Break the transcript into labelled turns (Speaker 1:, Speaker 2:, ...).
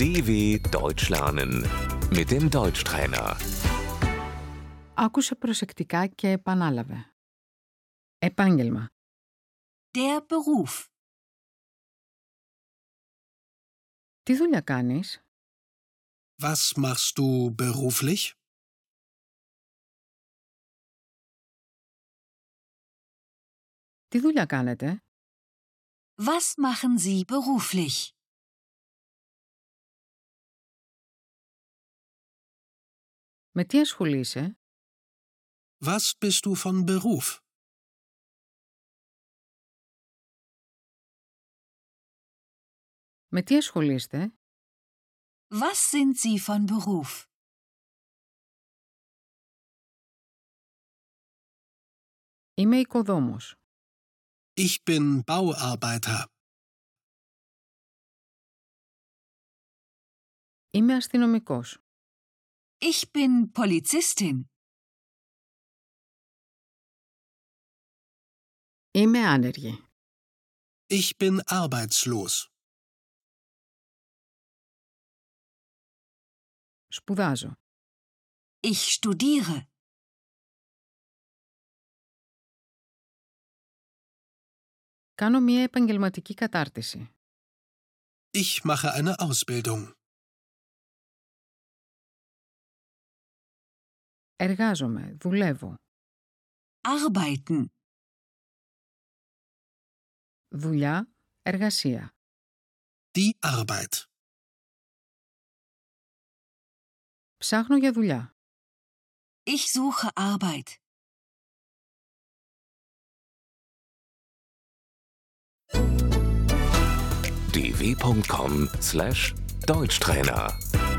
Speaker 1: DW Deutsch lernen mit dem Deutschtrainer.
Speaker 2: Άκουσε προσεκτικά και επανάλαβε. Επάγγελμα.
Speaker 3: Der Beruf.
Speaker 2: Τι δουλειά κάνεις?
Speaker 4: Was machst du beruflich?
Speaker 2: Τι δουλειά κάνετε?
Speaker 3: Was machen Sie beruflich?
Speaker 2: Με τι ασχολείσαι?
Speaker 4: Was bist du von Beruf?
Speaker 2: Με τι ασχολείστε?
Speaker 3: Was sind Sie von Beruf?
Speaker 2: Είμαι οικοδόμος.
Speaker 4: Ich bin Bauarbeiter.
Speaker 2: Είμαι αστυνομικός.
Speaker 3: Ich bin Polizistin.
Speaker 2: Είμαι άνεργη.
Speaker 4: Ich bin arbeitslos.
Speaker 2: Σπουδάζω.
Speaker 3: Ich studiere.
Speaker 2: Κάνω μια επαγγελματική κατάρτιση.
Speaker 4: Ich mache eine Ausbildung.
Speaker 2: Εργάζομαι. Δουλεύω.
Speaker 3: Arbeiten.
Speaker 2: Δουλειά. Εργασία.
Speaker 4: Die Arbeit.
Speaker 2: Ψάχνω για δουλειά.
Speaker 3: Ich suche Arbeit.
Speaker 1: dw.com/deutschtrainer